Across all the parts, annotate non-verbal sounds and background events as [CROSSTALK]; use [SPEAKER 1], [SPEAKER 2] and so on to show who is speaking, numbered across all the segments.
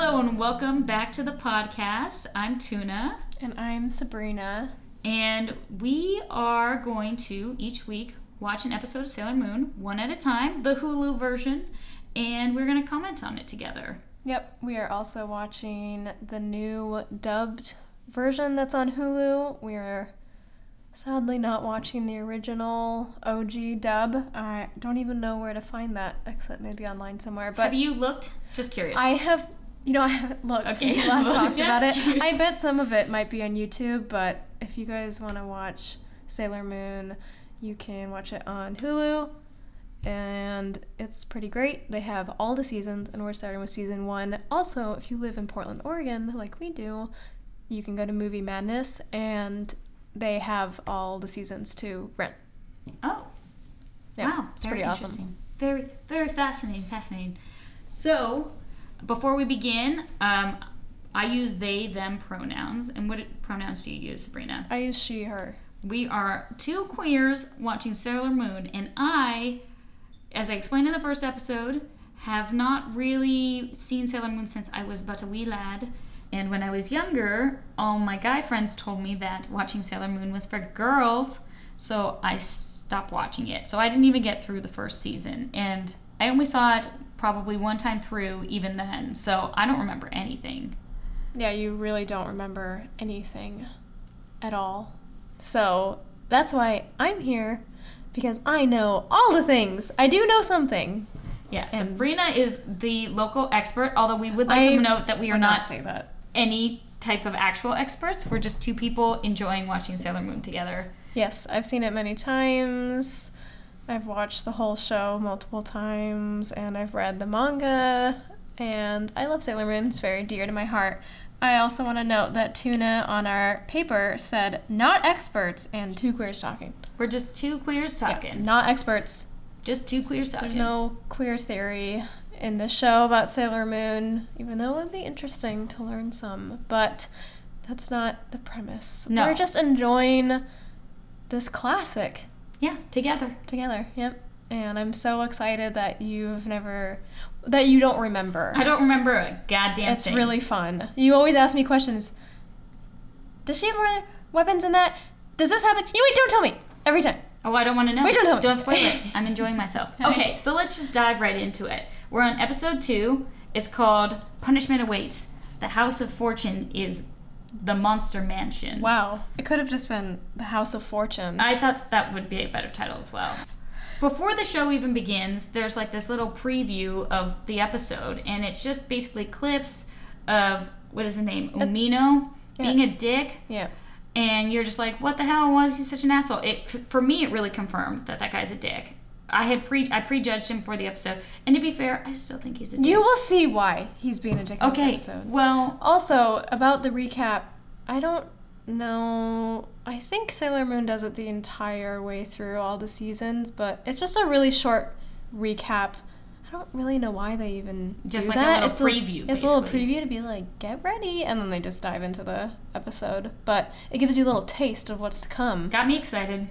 [SPEAKER 1] welcome back to the podcast. I'm Tuna,
[SPEAKER 2] And I'm Sabrina.
[SPEAKER 1] and we are going to each week watch an episode of Sailor Moon, one at a time, the Hulu version, and we're going to comment on it together.
[SPEAKER 2] Yep, we are also watching the new dubbed version that's on Hulu. We are sadly not watching the original OG dub. I don't even know where to find that except maybe online somewhere. But
[SPEAKER 1] Have you looked? Just curious.
[SPEAKER 2] I have, you know, I haven't looked
[SPEAKER 1] Okay.
[SPEAKER 2] since we
[SPEAKER 1] [LAUGHS]
[SPEAKER 2] last
[SPEAKER 1] Well,
[SPEAKER 2] talked about it.
[SPEAKER 1] just curious.
[SPEAKER 2] I bet some of it might be on YouTube, but if you guys want to watch Sailor Moon, you can watch it on Hulu. And it's pretty great. They have all the seasons, and we're starting with season one. Also, if you live in Portland, Oregon, like we do, you can go to Movie Madness, and they have all the seasons to rent.
[SPEAKER 1] oh,
[SPEAKER 2] Yeah,
[SPEAKER 1] wow.
[SPEAKER 2] it's pretty awesome.
[SPEAKER 1] Very, very fascinating, fascinating. So, before we begin, um, I use they, them pronouns. And what pronouns do you use, Sabrina?
[SPEAKER 2] I use she, her.
[SPEAKER 1] We are two queers watching Sailor Moon, and I, as I explained in the first episode, have not really seen Sailor Moon since I was but a wee lad. And when I was younger, all my guy friends told me that watching Sailor Moon was for girls, so I stopped watching it. So I didn't even get through the first season, and I only saw it probably one time through even then, so I don't remember anything.
[SPEAKER 2] Yeah, you really don't remember anything at all. So that's why I'm here because I know all the things. I do know something.
[SPEAKER 1] Yeah,
[SPEAKER 2] And-
[SPEAKER 1] Sabrina is the local expert, although we would like
[SPEAKER 2] I
[SPEAKER 1] to note that we are
[SPEAKER 2] Would
[SPEAKER 1] not
[SPEAKER 2] say that.
[SPEAKER 1] any type of actual experts. We're just two people enjoying watching Sailor Moon together.
[SPEAKER 2] Yes, I've seen it many times. I've watched the whole show multiple times and I've read the manga and I love Sailor Moon. It's very dear to my heart. I also want to note that Tuna on our paper said not experts and two queers talking.
[SPEAKER 1] We're just two queers
[SPEAKER 2] Yeah,
[SPEAKER 1] talking.
[SPEAKER 2] not experts.
[SPEAKER 1] Just two queers
[SPEAKER 2] There's
[SPEAKER 1] talking.
[SPEAKER 2] no queer theory in the show about Sailor Moon, even though it would be interesting to learn some, but that's not the premise.
[SPEAKER 1] No.
[SPEAKER 2] We're just enjoying this classic
[SPEAKER 1] Yeah, together.
[SPEAKER 2] together. Yep. And I'm so excited that you've never that you don't remember.
[SPEAKER 1] I don't remember a goddamn
[SPEAKER 2] it's
[SPEAKER 1] thing.
[SPEAKER 2] really fun. You always ask me questions. Does she have more weapons in that? Does this happen? You wait, don't tell me. Every time.
[SPEAKER 1] Oh, I don't want to know.
[SPEAKER 2] Wait, don't tell me.
[SPEAKER 1] Don't spoil
[SPEAKER 2] [LAUGHS]
[SPEAKER 1] it. I'm enjoying myself. Okay, so let's just dive right into it. We're on episode two. It's called Punishment Awaits. The House of Fortune is the Monster Mansion.
[SPEAKER 2] Wow. It could have just been the House of Fortune.
[SPEAKER 1] I thought that would be a better title as well. Before the show even begins, there's like this little preview of the episode, and it's just basically clips of what is his name? Umino
[SPEAKER 2] yeah.
[SPEAKER 1] being a dick,
[SPEAKER 2] yeah.
[SPEAKER 1] and you're just like, what the hell was he such an asshole? It for me, it really confirmed that that guy's a dick. I had pre I prejudged him for the episode, and to be fair, I still think he's a dick.
[SPEAKER 2] You will see why he's being a dick in
[SPEAKER 1] okay,
[SPEAKER 2] this episode.
[SPEAKER 1] well,
[SPEAKER 2] Also, about the recap, I don't know. I think Sailor Moon does it the entire way through all the seasons, but it's just a really short recap. I don't really know why they even
[SPEAKER 1] Just
[SPEAKER 2] do
[SPEAKER 1] like a
[SPEAKER 2] that.
[SPEAKER 1] little
[SPEAKER 2] it's
[SPEAKER 1] preview,
[SPEAKER 2] it's a little
[SPEAKER 1] basically.
[SPEAKER 2] preview to be like, get ready, and then they just dive into the episode. But it gives you a little taste of what's to come.
[SPEAKER 1] got me excited.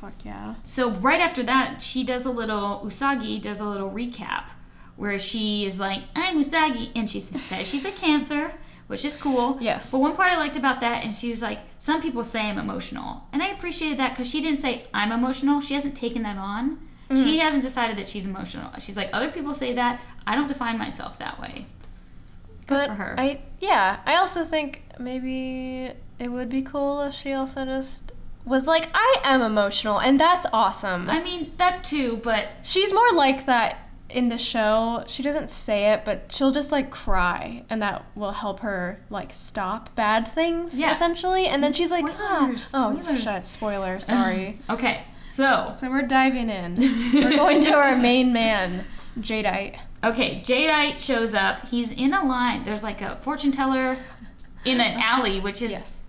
[SPEAKER 2] Fuck yeah.
[SPEAKER 1] So right after that, she does a little Usagi does a little recap where she is like, "I'm Usagi," and she says she's a Cancer, which is cool.
[SPEAKER 2] Yes.
[SPEAKER 1] But one part I liked about that, and she was like, "Some people say I'm emotional," and I appreciated that because she didn't say I'm emotional. She hasn't taken that on.
[SPEAKER 2] Mm.
[SPEAKER 1] She hasn't decided that she's emotional. She's like, "Other people say that. I don't define myself that way."
[SPEAKER 2] but
[SPEAKER 1] for her.
[SPEAKER 2] I yeah, I also think maybe it would be cool if she also just was like, I am emotional, and that's awesome.
[SPEAKER 1] I mean that too, but
[SPEAKER 2] She's more like that in the show. She doesn't say it, but she'll just like cry, and that will help her like stop bad things
[SPEAKER 1] Yeah.
[SPEAKER 2] essentially. And then she's like, ah,
[SPEAKER 1] Spoilers,
[SPEAKER 2] oh
[SPEAKER 1] spoilers.
[SPEAKER 2] shit, spoiler, sorry.
[SPEAKER 1] [LAUGHS] okay. So
[SPEAKER 2] so we're diving in.
[SPEAKER 1] [LAUGHS]
[SPEAKER 2] we're going to our main man, Jadeite.
[SPEAKER 1] Okay, Jadeite shows up. He's in a line. There's like a fortune teller in an alley, which is
[SPEAKER 2] Yes.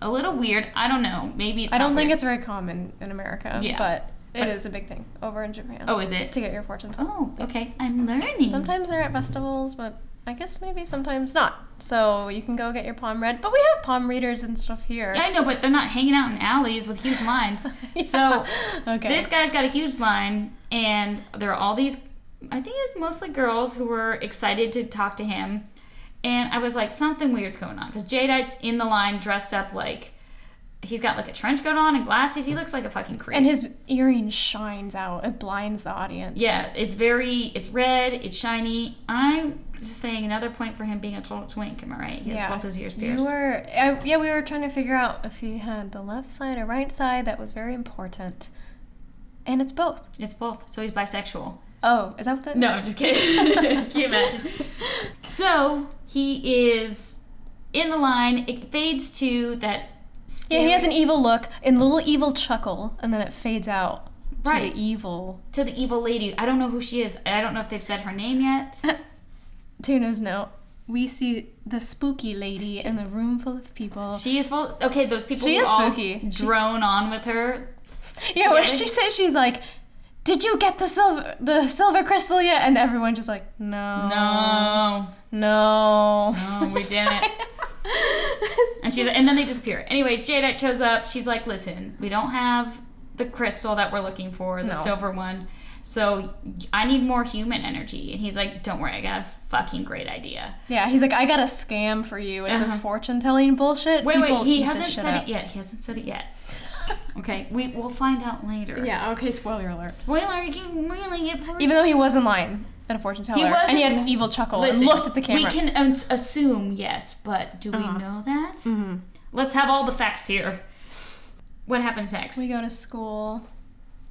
[SPEAKER 1] a little weird. I don't know. Maybe it's
[SPEAKER 2] I don't
[SPEAKER 1] not
[SPEAKER 2] think
[SPEAKER 1] weird.
[SPEAKER 2] it's very common in America,
[SPEAKER 1] Yeah.
[SPEAKER 2] but
[SPEAKER 1] But-
[SPEAKER 2] it is a big thing over in Japan.
[SPEAKER 1] Oh, is it?
[SPEAKER 2] to get your fortune told.
[SPEAKER 1] Oh, okay. I'm learning.
[SPEAKER 2] Sometimes they're at festivals, but I guess maybe sometimes not. So you can go get your palm read, but we have palm readers and stuff here.
[SPEAKER 1] Yeah, I know, but they're not hanging out in alleys with huge
[SPEAKER 2] [LAUGHS]
[SPEAKER 1] lines. So
[SPEAKER 2] okay,
[SPEAKER 1] this guy's got a huge line, and there are all these. I think it's mostly girls who were excited to talk to him, And I was like, something weird's going on because Jadeite's in the line dressed up like he's got like a trench coat on and glasses. He looks like a fucking creep.
[SPEAKER 2] And his earring shines out. It blinds the audience.
[SPEAKER 1] yeah, it's very it's red, it's shiny. I'm just saying another point for him being a total twink. Am I right? He has both his ears pierced.
[SPEAKER 2] You were, I, yeah, we were trying to figure out if he had the left side or right side. That was very important. And it's both.
[SPEAKER 1] It's both. So he's bisexual.
[SPEAKER 2] Oh, is that what that
[SPEAKER 1] No,
[SPEAKER 2] means?
[SPEAKER 1] I'm just kidding. [LAUGHS] Can you imagine?
[SPEAKER 2] [LAUGHS]
[SPEAKER 1] So he is in the line. It fades to that.
[SPEAKER 2] Yeah,
[SPEAKER 1] Scary,
[SPEAKER 2] he has an evil look and little evil chuckle, and then it fades out
[SPEAKER 1] Right.
[SPEAKER 2] to the evil.
[SPEAKER 1] to the evil lady. I don't know who she is. I don't know if they've said her name yet.
[SPEAKER 2] [LAUGHS] Tuna's note. We see the spooky lady in the room full of people.
[SPEAKER 1] She is full. Okay, those people
[SPEAKER 2] She
[SPEAKER 1] who
[SPEAKER 2] is
[SPEAKER 1] all
[SPEAKER 2] spooky.
[SPEAKER 1] drone on with her.
[SPEAKER 2] yeah, what did she say? She's like, "Did you get the silver, the silver crystal yet?" And everyone just like, "No,
[SPEAKER 1] No,
[SPEAKER 2] Oh. no,
[SPEAKER 1] no, we didn't. and she's and then they disappear. Anyway, Jadeite shows up. She's like, "Listen, we don't have the crystal that we're looking for, the
[SPEAKER 2] No.
[SPEAKER 1] silver one. So I need more human energy." And he's like, "Don't worry, I got a fucking great idea."
[SPEAKER 2] [LAUGHS] Yeah, he's like, I got a scam for you. It's this
[SPEAKER 1] Uh-huh.
[SPEAKER 2] fortune telling bullshit.
[SPEAKER 1] Wait,
[SPEAKER 2] People
[SPEAKER 1] wait, he
[SPEAKER 2] eat this
[SPEAKER 1] hasn't
[SPEAKER 2] shit
[SPEAKER 1] said
[SPEAKER 2] up.
[SPEAKER 1] it yet. He hasn't said it yet. Okay, we we'll find out later.
[SPEAKER 2] Yeah, okay, spoiler alert.
[SPEAKER 1] Spoiler, you can really get before
[SPEAKER 2] Even though he was in line at a fortune teller, and
[SPEAKER 1] wasn't-
[SPEAKER 2] he had an evil chuckle
[SPEAKER 1] Listen,
[SPEAKER 2] and looked at the camera. Uh-huh.
[SPEAKER 1] We can um, assume, yes, but do we know that?
[SPEAKER 2] Mm-hmm.
[SPEAKER 1] Let's have all the facts here. What happens next?
[SPEAKER 2] We go to school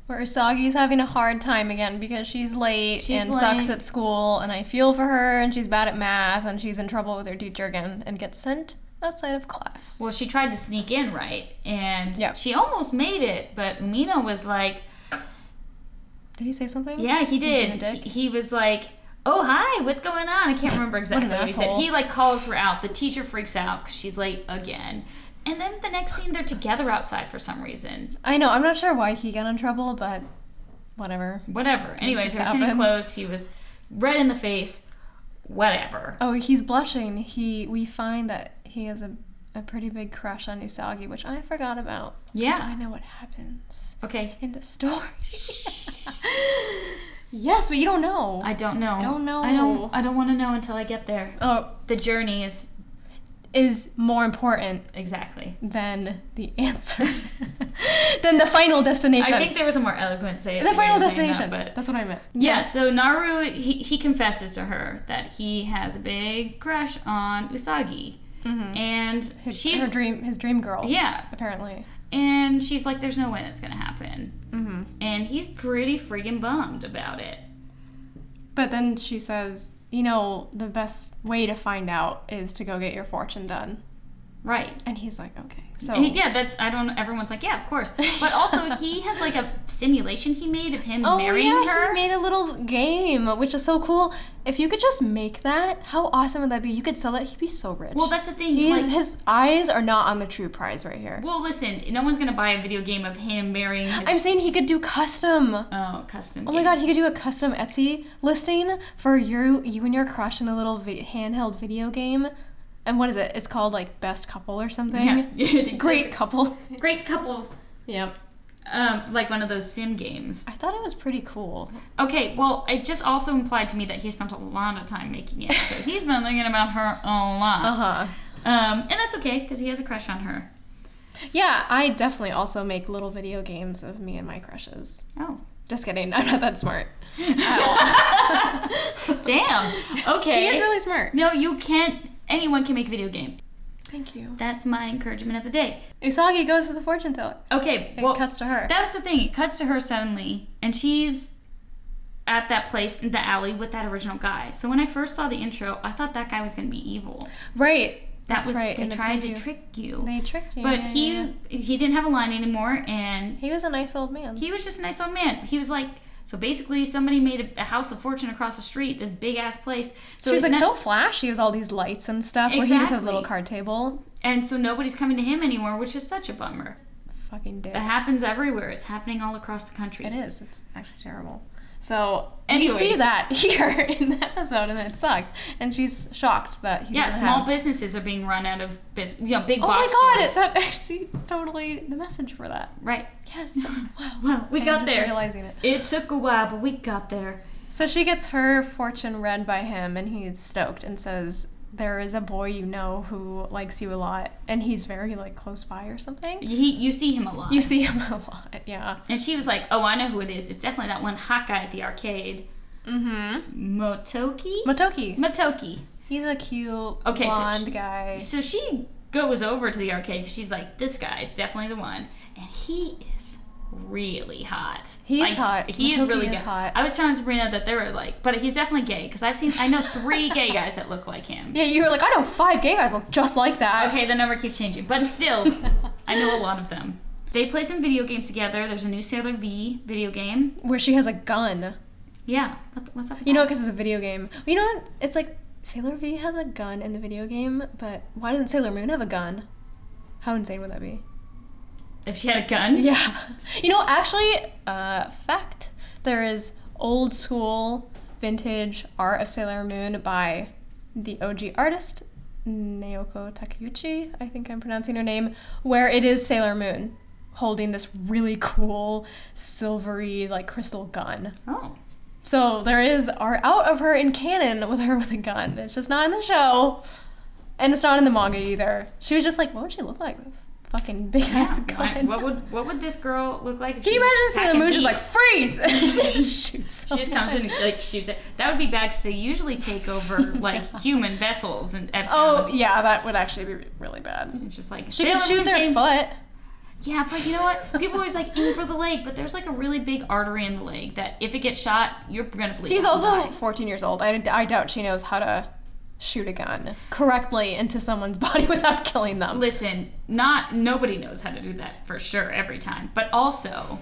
[SPEAKER 2] where Usagi's having a hard time again because she's late
[SPEAKER 1] She's
[SPEAKER 2] and sucks
[SPEAKER 1] late.
[SPEAKER 2] at school, and I feel for her, and she's bad at math, and she's in trouble with her teacher again, and gets sent outside of class.
[SPEAKER 1] well, she tried to sneak in, right? And
[SPEAKER 2] Yeah.
[SPEAKER 1] she almost made it, but Umino was like,
[SPEAKER 2] Did he say something?
[SPEAKER 1] yeah, he did.
[SPEAKER 2] being a
[SPEAKER 1] He, he was like, oh, hi, what's going on? I can't remember exactly what,
[SPEAKER 2] an
[SPEAKER 1] he said.
[SPEAKER 2] asshole.
[SPEAKER 1] He, like, calls her out. The teacher freaks out because she's late again. And then the next scene, they're together outside for some reason.
[SPEAKER 2] I know, I'm not sure why he got in trouble, but whatever.
[SPEAKER 1] Whatever. Anyway,
[SPEAKER 2] just
[SPEAKER 1] they were sitting
[SPEAKER 2] happened.
[SPEAKER 1] close. He was red in the face. Whatever.
[SPEAKER 2] Oh, he's blushing. He we find that he has a, a pretty big crush on Usagi, which I forgot about. 'cause
[SPEAKER 1] Yeah.
[SPEAKER 2] I know what happens
[SPEAKER 1] Okay.
[SPEAKER 2] in the story. [LAUGHS] yes, but you don't know.
[SPEAKER 1] I don't know.
[SPEAKER 2] Don't know.
[SPEAKER 1] I don't. I don't want to know until I get there.
[SPEAKER 2] oh,
[SPEAKER 1] The journey is
[SPEAKER 2] is more important
[SPEAKER 1] exactly.
[SPEAKER 2] than the answer, [LAUGHS] than the final destination.
[SPEAKER 1] I think there was a more eloquent say.
[SPEAKER 2] the final
[SPEAKER 1] way of saying
[SPEAKER 2] destination.
[SPEAKER 1] That, but
[SPEAKER 2] That's what I meant.
[SPEAKER 1] yeah. So Naru, he, he confesses to her that he has a big crush on Usagi, and
[SPEAKER 2] his,
[SPEAKER 1] she's
[SPEAKER 2] Mm-hmm. her dream, his dream girl.
[SPEAKER 1] yeah,
[SPEAKER 2] Apparently.
[SPEAKER 1] and she's like, "There's no way that's gonna happen,"
[SPEAKER 2] Mm-hmm.
[SPEAKER 1] and he's pretty freaking bummed about it.
[SPEAKER 2] But then she says, you know, the best way to find out is to go get your fortune done.
[SPEAKER 1] Right.
[SPEAKER 2] And he's like, okay. So
[SPEAKER 1] And he- yeah, that's I don't. Everyone's like, yeah, of course. But also,
[SPEAKER 2] [LAUGHS]
[SPEAKER 1] he has like a simulation he made of him
[SPEAKER 2] Oh
[SPEAKER 1] marrying
[SPEAKER 2] yeah,
[SPEAKER 1] her.
[SPEAKER 2] he made a little game, which is so cool. If you could just make that, how awesome would that be? You could sell that. He'd be so rich.
[SPEAKER 1] Well, that's the thing.
[SPEAKER 2] He's,
[SPEAKER 1] like,
[SPEAKER 2] his eyes are not on the true prize right here.
[SPEAKER 1] well, listen, no one's gonna buy a video game of him marrying his
[SPEAKER 2] I'm saying he could do custom. Oh
[SPEAKER 1] oh custom.
[SPEAKER 2] my god, he could do a custom Etsy listing for you, you and your crush in a little vi- handheld video game. And what is it? It's called like best couple or something.
[SPEAKER 1] [LAUGHS] Yeah.
[SPEAKER 2] [LAUGHS] Great
[SPEAKER 1] Just
[SPEAKER 2] couple. [LAUGHS]
[SPEAKER 1] great couple.
[SPEAKER 2] Yep.
[SPEAKER 1] Um, like one of those sim games.
[SPEAKER 2] I thought it was pretty cool.
[SPEAKER 1] Okay, well, it just also implied to me that he spent a lot of time making it, so he's been thinking about her a lot.
[SPEAKER 2] huh.
[SPEAKER 1] Um, and that's okay because he has a crush on her.
[SPEAKER 2] Yeah, I definitely also make little video games of me and my crushes.
[SPEAKER 1] Oh,
[SPEAKER 2] Just kidding. I'm not
[SPEAKER 1] [LAUGHS]
[SPEAKER 2] that smart. [LAUGHS]
[SPEAKER 1] damn. Okay.
[SPEAKER 2] He is really smart.
[SPEAKER 1] No, you can't. Anyone can make a video game.
[SPEAKER 2] Thank you.
[SPEAKER 1] That's my encouragement of the day.
[SPEAKER 2] Usagi goes to the fortune teller.
[SPEAKER 1] Okay,
[SPEAKER 2] It
[SPEAKER 1] well,
[SPEAKER 2] cuts to her.
[SPEAKER 1] that's the thing. It cuts to her suddenly, and she's at that place in the alley with that original guy. So when I first saw the intro, I thought that guy was going to be evil.
[SPEAKER 2] right.
[SPEAKER 1] That
[SPEAKER 2] That's
[SPEAKER 1] was
[SPEAKER 2] right,
[SPEAKER 1] they
[SPEAKER 2] in the
[SPEAKER 1] tried to
[SPEAKER 2] preview.
[SPEAKER 1] trick you.
[SPEAKER 2] They tricked you.
[SPEAKER 1] but
[SPEAKER 2] Yeah,
[SPEAKER 1] he
[SPEAKER 2] yeah, yeah.
[SPEAKER 1] he didn't have a line anymore, and
[SPEAKER 2] he was a nice old man.
[SPEAKER 1] he was just a nice old man. He was like. So basically, somebody made a, a house of fortune across the street, this big ass place. So
[SPEAKER 2] she was
[SPEAKER 1] it
[SPEAKER 2] like
[SPEAKER 1] ne-
[SPEAKER 2] so flashy with all these lights and stuff. Where he just has a little
[SPEAKER 1] Exactly.
[SPEAKER 2] card table.
[SPEAKER 1] and so nobody's coming to him anymore, which is such a bummer.
[SPEAKER 2] Fucking dicks.
[SPEAKER 1] That happens everywhere. It's happening all across the country.
[SPEAKER 2] It is. It's actually terrible. So and you
[SPEAKER 1] Anyways.
[SPEAKER 2] see that [LAUGHS] here in the episode, and it sucks. And she's shocked that he
[SPEAKER 1] Yeah,
[SPEAKER 2] doesn't
[SPEAKER 1] small
[SPEAKER 2] have.
[SPEAKER 1] businesses are being run out of business. You know, big
[SPEAKER 2] oh my
[SPEAKER 1] box
[SPEAKER 2] god!
[SPEAKER 1] stores.
[SPEAKER 2] It, that actually is totally the message for that.
[SPEAKER 1] right.
[SPEAKER 2] Yes. [LAUGHS] wow.
[SPEAKER 1] Well, we
[SPEAKER 2] I'm
[SPEAKER 1] got
[SPEAKER 2] just
[SPEAKER 1] there.
[SPEAKER 2] Realizing it.
[SPEAKER 1] It took a while, but we got there.
[SPEAKER 2] So she gets her fortune read by him, and he's stoked and says, there is a boy you know who likes you a lot, and he's very like close by or something.
[SPEAKER 1] He, you see him a lot.
[SPEAKER 2] You see him a lot, yeah.
[SPEAKER 1] and she was like, "Oh, I know who it is. It's definitely that one hot guy at the arcade,
[SPEAKER 2] Mm-hmm.
[SPEAKER 1] Motoki."
[SPEAKER 2] Matoki.
[SPEAKER 1] Motoki.
[SPEAKER 2] He's a cute
[SPEAKER 1] Okay, so
[SPEAKER 2] blonde
[SPEAKER 1] she-
[SPEAKER 2] guy.
[SPEAKER 1] So she goes over to the arcade 'cause she's like, "This guy's definitely the one," and he is really hot.
[SPEAKER 2] He is
[SPEAKER 1] Like,
[SPEAKER 2] hot.
[SPEAKER 1] He
[SPEAKER 2] Matoki
[SPEAKER 1] is really
[SPEAKER 2] is
[SPEAKER 1] good.
[SPEAKER 2] hot.
[SPEAKER 1] I was telling Sabrina that they were like, but he's definitely gay because I've seen I know three gay guys that look like him.
[SPEAKER 2] Yeah, you were like, I know five gay guys look just like that.
[SPEAKER 1] Okay, the number keeps changing, but still,
[SPEAKER 2] [LAUGHS]
[SPEAKER 1] I know a lot of them. They play some video games together. There's a new Sailor V video game.
[SPEAKER 2] Where she has a gun.
[SPEAKER 1] Yeah, what, what's up? With
[SPEAKER 2] You know,
[SPEAKER 1] that?
[SPEAKER 2] because it's a video game. You know what? It's like Sailor V has a gun in the video game, but why doesn't Sailor Moon have a gun? How insane would that be?
[SPEAKER 1] if she had a gun,
[SPEAKER 2] Yeah. You know, actually, uh, fact there is old school vintage art of Sailor Moon by the OG artist, Naoko Takeuchi, I think I'm pronouncing her name, where it is Sailor Moon holding this really cool silvery, like crystal gun.
[SPEAKER 1] oh,
[SPEAKER 2] So there is art out of her in canon with her with a gun. It's just not in the show. And it's not in the manga either. She was just like, what would she look like with a fucking big ass
[SPEAKER 1] Yeah,
[SPEAKER 2] gun?
[SPEAKER 1] why- what would what would this girl look like? If
[SPEAKER 2] Can
[SPEAKER 1] she
[SPEAKER 2] you
[SPEAKER 1] was
[SPEAKER 2] imagine
[SPEAKER 1] back
[SPEAKER 2] Sailor
[SPEAKER 1] in
[SPEAKER 2] Moon just
[SPEAKER 1] heat?
[SPEAKER 2] like freeze? and just [LAUGHS] shoots.
[SPEAKER 1] [LAUGHS] She just comes in and
[SPEAKER 2] [LAUGHS]
[SPEAKER 1] like shoots it. That would be bad because they usually take over like human vessels and at-
[SPEAKER 2] Oh yeah, that would actually be really bad.
[SPEAKER 1] It's just like
[SPEAKER 2] She
[SPEAKER 1] Sailor
[SPEAKER 2] could shoot
[SPEAKER 1] Moon
[SPEAKER 2] their
[SPEAKER 1] came-
[SPEAKER 2] foot.
[SPEAKER 1] Yeah, but you know what? People always like aim for the leg, but there's like a really big artery in the leg that if it gets shot, you're gonna bleed.
[SPEAKER 2] She's
[SPEAKER 1] out and
[SPEAKER 2] also
[SPEAKER 1] die.
[SPEAKER 2] 14 years old. I, I doubt she knows how to shoot a gun correctly into someone's [LAUGHS] body without killing them.
[SPEAKER 1] listen. Not nobody knows how to do that for sure every time, but
[SPEAKER 2] [LAUGHS]
[SPEAKER 1] also.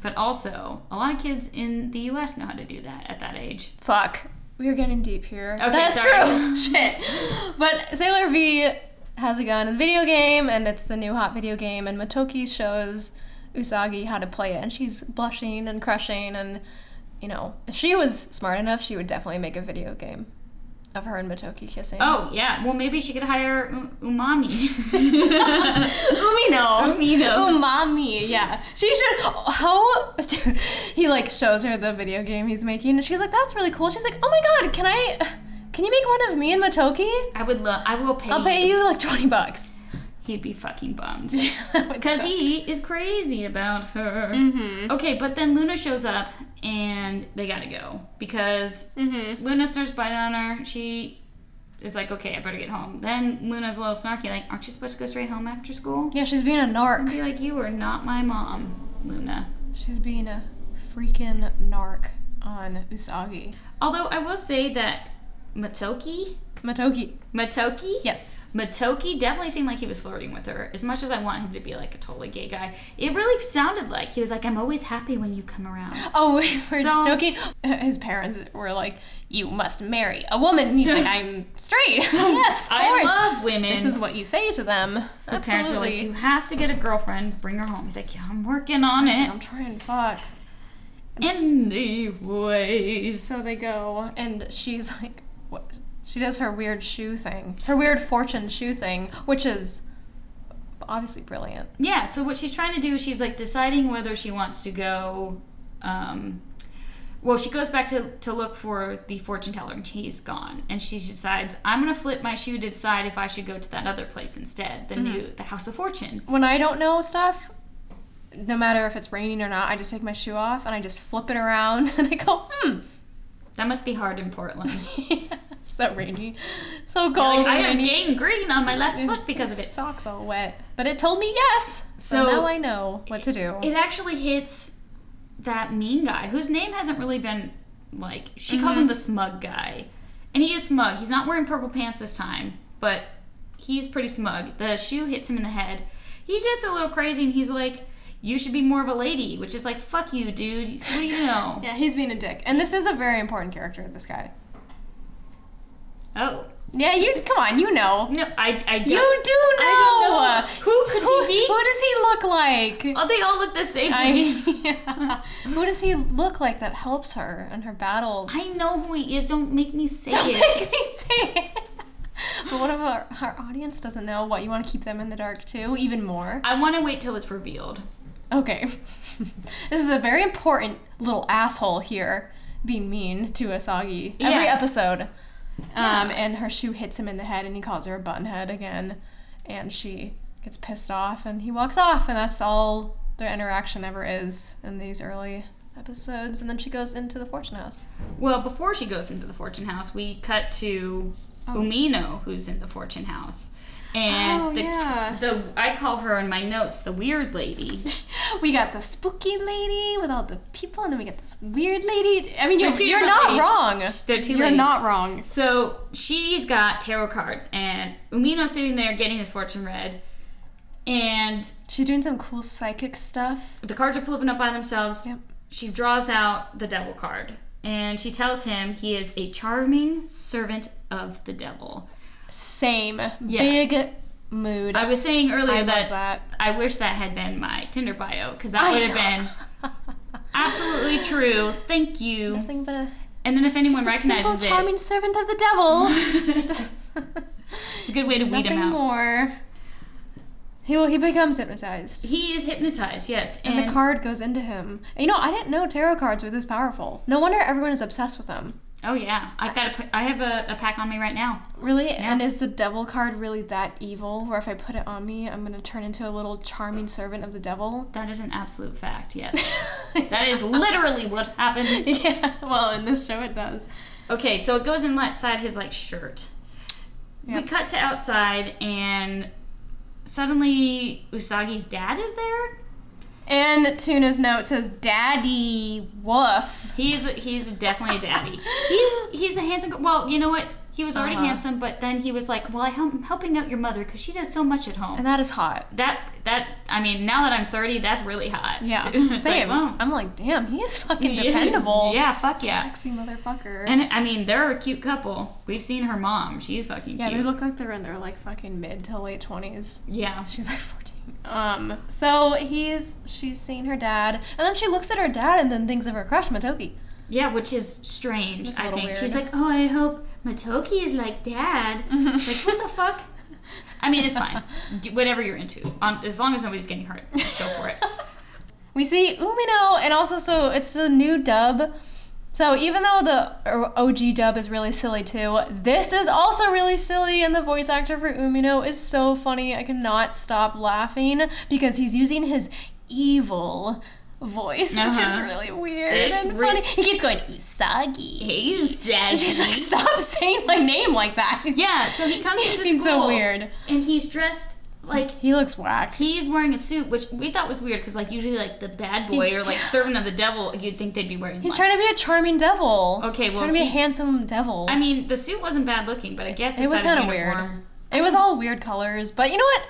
[SPEAKER 1] But also, a lot of kids in the U.S. know how to do that at that age.
[SPEAKER 2] Fuck. We are getting deep here.
[SPEAKER 1] Okay,
[SPEAKER 2] That's
[SPEAKER 1] sorry.
[SPEAKER 2] true. [LAUGHS] Shit. But Sailor V has a gun in the video game, and it's the new hot video game, and Matoki shows Usagi how to play it, and she's blushing and crushing, and, you know, if she was smart enough, she would definitely make a video game of her and Matoki kissing.
[SPEAKER 1] Oh yeah, well maybe she could hire um-
[SPEAKER 2] [LAUGHS]
[SPEAKER 1] Umami. [LAUGHS]
[SPEAKER 2] Umino.
[SPEAKER 1] Umino.
[SPEAKER 2] Umami, yeah. She should. How? [LAUGHS] Dude, he like shows her the video game he's making, and she's like, "That's really cool." She's like, "Oh my god, can I? Can you make one of me and Matoki?
[SPEAKER 1] I would love. I will pay.
[SPEAKER 2] I'll pay you like twenty bucks." [LAUGHS]
[SPEAKER 1] He'd be fucking bummed.
[SPEAKER 2] Because
[SPEAKER 1] Because he is crazy about her. Okay, but then Luna shows up and they gotta go. Because Luna starts biting on her. She is like, okay, I better get home. Then Luna's a little snarky, like, aren't you supposed to go straight home after school?
[SPEAKER 2] Yeah, she's being a
[SPEAKER 1] I'd
[SPEAKER 2] narc.
[SPEAKER 1] be like, you are not my mom, Luna.
[SPEAKER 2] She's being a freaking narc on Usagi.
[SPEAKER 1] Although I will say that Matoki,
[SPEAKER 2] Matoki.
[SPEAKER 1] Matoki,
[SPEAKER 2] Yes.
[SPEAKER 1] Matoki definitely seemed like he was flirting with her. As much as I want him to be like a totally gay guy, it really sounded like he was like, I'm always happy when you come around.
[SPEAKER 2] Oh, [LAUGHS] we were
[SPEAKER 1] So-
[SPEAKER 2] joking. His parents were like, "You must marry a woman." And
[SPEAKER 1] [LAUGHS]
[SPEAKER 2] he's like, "I'm straight." [LAUGHS] yes, of course.
[SPEAKER 1] I love women.
[SPEAKER 2] This is what you say to them.
[SPEAKER 1] His parents are like, you have to get a girlfriend, bring her home. He's like, yeah, I'm working on it.
[SPEAKER 2] I'm trying to fuck.
[SPEAKER 1] Anyways.
[SPEAKER 2] So they go, and she's like, what? She does her weird shoe thing, her weird fortune shoe thing, which is obviously brilliant.
[SPEAKER 1] Yeah, so what she's trying to do, she's like deciding whether she wants to go. Um, well, she goes back to, to look for the fortune teller, and he's gone. And she decides, I'm going to flip my shoe to decide if I should go to that other place instead,
[SPEAKER 2] Mm-hmm.
[SPEAKER 1] the new, the House of Fortune.
[SPEAKER 2] When I don't know stuff, no matter if it's raining or not, I just take my shoe off and I just flip it around, [LAUGHS] and I go, hmm.
[SPEAKER 1] That must be hard in
[SPEAKER 2] [LAUGHS]
[SPEAKER 1] Portland.
[SPEAKER 2] so rainy, so cold.
[SPEAKER 1] like, I
[SPEAKER 2] and
[SPEAKER 1] have
[SPEAKER 2] rainy.
[SPEAKER 1] gangrene on my left foot because of it.
[SPEAKER 2] Socks all wet, but it told me yes. So,
[SPEAKER 1] So-
[SPEAKER 2] now I know what to do.
[SPEAKER 1] It actually hits that mean guy whose name hasn't really been like she calls
[SPEAKER 2] Mm-hmm.
[SPEAKER 1] him the smug guy. And he is smug. He's not wearing purple pants this time, but he's pretty smug. The shoe hits him in the head. He gets a little crazy and he's like, You should be more of a lady, which is like, fuck you, dude. What do you know?
[SPEAKER 2] [LAUGHS] yeah, he's being a dick, and this is a very important character. This guy.
[SPEAKER 1] Oh.
[SPEAKER 2] Yeah, you come on, you know.
[SPEAKER 1] No, I I don't
[SPEAKER 2] You do know.
[SPEAKER 1] I don't know. Who could
[SPEAKER 2] who,
[SPEAKER 1] he be?
[SPEAKER 2] Who does he look like?
[SPEAKER 1] Oh, they all look the same to me.
[SPEAKER 2] I, [LAUGHS] Who does he look like that helps her in her battles?
[SPEAKER 1] [LAUGHS] I know who he is. Don't make me say
[SPEAKER 2] Don't
[SPEAKER 1] it.
[SPEAKER 2] [LAUGHS] make me say it. But what if our, our audience doesn't know? What you want to keep them in the dark too, even more?
[SPEAKER 1] I want to wait till it's revealed.
[SPEAKER 2] Okay, [LAUGHS] this is a very important little asshole here, being mean to Asagi every
[SPEAKER 1] Yeah.
[SPEAKER 2] episode. Um,
[SPEAKER 1] Yeah.
[SPEAKER 2] and her shoe hits him in the head, and he calls her a buttonhead again. And she gets pissed off, and he walks off, and that's all their interaction ever is in these early episodes. And then she goes into the fortune house.
[SPEAKER 1] Well, before she goes into the fortune house, we cut to Umino, who's in the fortune house. And
[SPEAKER 2] Oh,
[SPEAKER 1] the,
[SPEAKER 2] yeah.
[SPEAKER 1] the I call her in my notes the weird lady.
[SPEAKER 2] [GASPS] We got the spooky lady with all the people, and then we got this weird lady. I mean, you're,
[SPEAKER 1] They're two
[SPEAKER 2] you're
[SPEAKER 1] different
[SPEAKER 2] not
[SPEAKER 1] ladies.
[SPEAKER 2] wrong.
[SPEAKER 1] They're two
[SPEAKER 2] you're
[SPEAKER 1] ladies.
[SPEAKER 2] not wrong.
[SPEAKER 1] So she's got tarot cards, and Umino's sitting there getting his fortune read, and
[SPEAKER 2] She's doing some cool psychic stuff.
[SPEAKER 1] the cards are flipping up by themselves.
[SPEAKER 2] Yep.
[SPEAKER 1] She draws out the devil card, and she tells him he is a charming servant of the devil.
[SPEAKER 2] Same. Big mood.
[SPEAKER 1] I was saying earlier
[SPEAKER 2] I
[SPEAKER 1] that,
[SPEAKER 2] love that.
[SPEAKER 1] I wish that had been my Tinder bio because that would have been
[SPEAKER 2] [LAUGHS]
[SPEAKER 1] absolutely true. Thank you.
[SPEAKER 2] Nothing but a,
[SPEAKER 1] And then if anyone
[SPEAKER 2] just a simple,
[SPEAKER 1] recognizes
[SPEAKER 2] charming [LAUGHS] servant of
[SPEAKER 1] [LAUGHS]
[SPEAKER 2] the devil.
[SPEAKER 1] it, [LAUGHS] it's a good way to weed him
[SPEAKER 2] Nothing
[SPEAKER 1] out.
[SPEAKER 2] more. He well, he becomes hypnotized,
[SPEAKER 1] He is hypnotized, yes,
[SPEAKER 2] and, the card goes into him. And You know, I didn't know tarot cards were this powerful. No wonder everyone is obsessed with them.
[SPEAKER 1] Oh yeah, I've got a, p- I have a, a pack on me right now.
[SPEAKER 2] Really? And is the devil card really that evil? Where if I put it on me, I'm gonna turn into a little charming servant of the devil?
[SPEAKER 1] That is an absolute fact.
[SPEAKER 2] [LAUGHS]
[SPEAKER 1] Yes, that is literally what happens.
[SPEAKER 2] yeah. Well, in this show, it does.
[SPEAKER 1] Okay, so it goes inside his like shirt. We
[SPEAKER 2] Yep.
[SPEAKER 1] cut to outside, and suddenly Usagi's dad is there.
[SPEAKER 2] And Tuna's note says, "Daddy, woof."
[SPEAKER 1] He's he's definitely a daddy. He's he's a handsome. g- Well, you know what? He was already
[SPEAKER 2] Uh-huh.
[SPEAKER 1] handsome, but then he was like, "Well, I help, I'm helping out your mother because she does so much at home."
[SPEAKER 2] And that is hot.
[SPEAKER 1] That that I mean, now that I'm 30, that's really hot.
[SPEAKER 2] Yeah.
[SPEAKER 1] [LAUGHS] It's like,
[SPEAKER 2] [LAUGHS] Same.
[SPEAKER 1] wow.
[SPEAKER 2] I'm like, damn, he is
[SPEAKER 1] [LAUGHS]
[SPEAKER 2] fucking dependable.
[SPEAKER 1] Yeah, fuck yeah.
[SPEAKER 2] Sexy motherfucker.
[SPEAKER 1] And I mean, they're a cute couple. We've seen her mom. She's fucking
[SPEAKER 2] yeah,
[SPEAKER 1] cute.
[SPEAKER 2] they look like they're in their like fucking mid to late twenties.
[SPEAKER 1] yeah.
[SPEAKER 2] She's like fourteen. Um, so he's she's seeing her dad, and then she looks at her dad and then thinks of her crush Matoki.
[SPEAKER 1] Yeah, which is strange,
[SPEAKER 2] That's a
[SPEAKER 1] I
[SPEAKER 2] little
[SPEAKER 1] think. She's
[SPEAKER 2] weird.
[SPEAKER 1] like, "Oh, I hope Matoki is like
[SPEAKER 2] [LAUGHS]
[SPEAKER 1] dad." Like, what the fuck? I mean, it's fine. Do whatever you're into. On as long as nobody's getting hurt. Just go for it.
[SPEAKER 2] We see Umino, and also so it's the new dub. So even though the o- OG dub is really silly too, this is also really silly, and the voice actor for Umino is so funny. I cannot stop laughing because he's using his evil voice, which is
[SPEAKER 1] Uh-huh.
[SPEAKER 2] really weird
[SPEAKER 1] It's
[SPEAKER 2] and
[SPEAKER 1] re-
[SPEAKER 2] funny. He keeps going Usagi.
[SPEAKER 1] Hey, you
[SPEAKER 2] And she's
[SPEAKER 1] [LAUGHS]
[SPEAKER 2] like, stop saying my name like that. He's,
[SPEAKER 1] Yeah, so he comes
[SPEAKER 2] he's
[SPEAKER 1] to
[SPEAKER 2] being
[SPEAKER 1] school.
[SPEAKER 2] so weird.
[SPEAKER 1] And he's dressed like
[SPEAKER 2] He looks whack.
[SPEAKER 1] he's wearing a suit, which we thought was weird because, like, usually, like the bad boy or
[SPEAKER 2] [LAUGHS]
[SPEAKER 1] like servant of the devil, you'd think they'd be wearing.
[SPEAKER 2] He's
[SPEAKER 1] like-
[SPEAKER 2] trying to be a charming devil.
[SPEAKER 1] Okay, well,
[SPEAKER 2] trying to be a
[SPEAKER 1] he-
[SPEAKER 2] handsome devil.
[SPEAKER 1] I mean, the suit wasn't bad looking, but I guess
[SPEAKER 2] It
[SPEAKER 1] it's
[SPEAKER 2] was
[SPEAKER 1] out of
[SPEAKER 2] kinda weird.
[SPEAKER 1] uniform.
[SPEAKER 2] It was all weird colors, but you know what?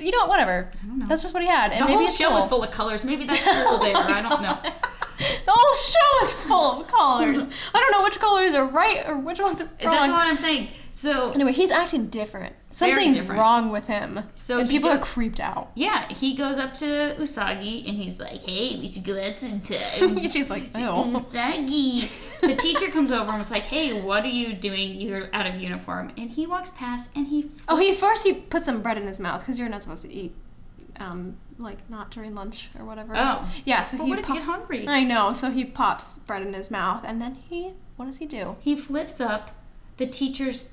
[SPEAKER 2] You know what? Whatever.
[SPEAKER 1] I don't know.
[SPEAKER 2] That's just what he had. And
[SPEAKER 1] the
[SPEAKER 2] maybe
[SPEAKER 1] whole
[SPEAKER 2] it's
[SPEAKER 1] show was full of colors. Maybe
[SPEAKER 2] [LAUGHS]
[SPEAKER 1] that's cool there. I don't know. [LAUGHS]
[SPEAKER 2] the whole show is full of colors. I don't know which colors are right or which ones are wrong.
[SPEAKER 1] That's what I'm saying. So
[SPEAKER 2] Anyway, he's acting different.
[SPEAKER 1] Very
[SPEAKER 2] Something's
[SPEAKER 1] different.
[SPEAKER 2] wrong with him.
[SPEAKER 1] So
[SPEAKER 2] and
[SPEAKER 1] he
[SPEAKER 2] people
[SPEAKER 1] go-
[SPEAKER 2] are
[SPEAKER 1] [LAUGHS]
[SPEAKER 2] creeped out.
[SPEAKER 1] yeah, he goes up to Usagi and he's like, "Hey, we should go out sometime."
[SPEAKER 2] She's like, ew.
[SPEAKER 1] Usagi. The teacher comes over and was like, "Hey, what are you doing? You're out of uniform." And he walks past and he
[SPEAKER 2] Oh, he first he put some bread in his mouth because you're not supposed to eat, um, like not during lunch or whatever.
[SPEAKER 1] Oh.
[SPEAKER 2] yeah. So
[SPEAKER 1] But
[SPEAKER 2] he.
[SPEAKER 1] what if
[SPEAKER 2] pop-
[SPEAKER 1] you get hungry?
[SPEAKER 2] I know. So he pops bread in his mouth, and then he. What does he do?
[SPEAKER 1] He flips up the teacher's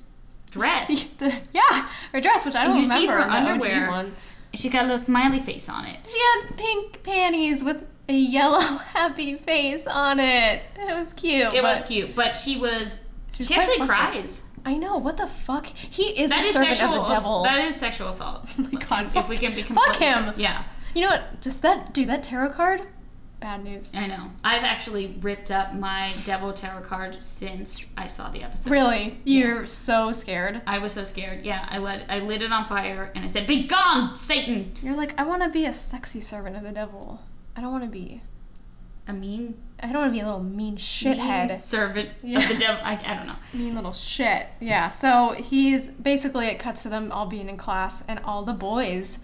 [SPEAKER 1] dress.
[SPEAKER 2] [LAUGHS] The- yeah, her dress, which I don't
[SPEAKER 1] you
[SPEAKER 2] remember.
[SPEAKER 1] see her
[SPEAKER 2] in the OG
[SPEAKER 1] underwear.
[SPEAKER 2] One.
[SPEAKER 1] She's got a little smiley face on it.
[SPEAKER 2] She had pink panties with a yellow [LAUGHS] happy face on it. It was cute.
[SPEAKER 1] It was
[SPEAKER 2] but-
[SPEAKER 1] cute, but she was.
[SPEAKER 2] was
[SPEAKER 1] she
[SPEAKER 2] quite
[SPEAKER 1] actually
[SPEAKER 2] flustered.
[SPEAKER 1] cries.
[SPEAKER 2] I know. What the fuck? He is
[SPEAKER 1] That
[SPEAKER 2] a
[SPEAKER 1] is
[SPEAKER 2] servant
[SPEAKER 1] sexual.
[SPEAKER 2] of the devil.
[SPEAKER 1] That is sexual assault.
[SPEAKER 2] [LAUGHS] Oh my God,
[SPEAKER 1] If we can be
[SPEAKER 2] fuck
[SPEAKER 1] completely-
[SPEAKER 2] him.
[SPEAKER 1] Yeah,
[SPEAKER 2] you know what? Just that dude. That tarot card. Bad news.
[SPEAKER 1] I know. I've actually ripped up my devil tarot card since I saw the episode.
[SPEAKER 2] Really, you're so scared.
[SPEAKER 1] I was so scared. Yeah, I let I lit it on fire and I said, "Be gone, Satan!"
[SPEAKER 2] You're like, I want to be a sexy servant of the devil. I don't want to be.
[SPEAKER 1] A mean
[SPEAKER 2] I don't want to be a little mean
[SPEAKER 1] mean
[SPEAKER 2] shithead.
[SPEAKER 1] servant
[SPEAKER 2] Yeah.
[SPEAKER 1] of the devil. I, I don't know.
[SPEAKER 2] Mean little shit. Yeah. So he's basically it cuts to them all being in class, and all the boys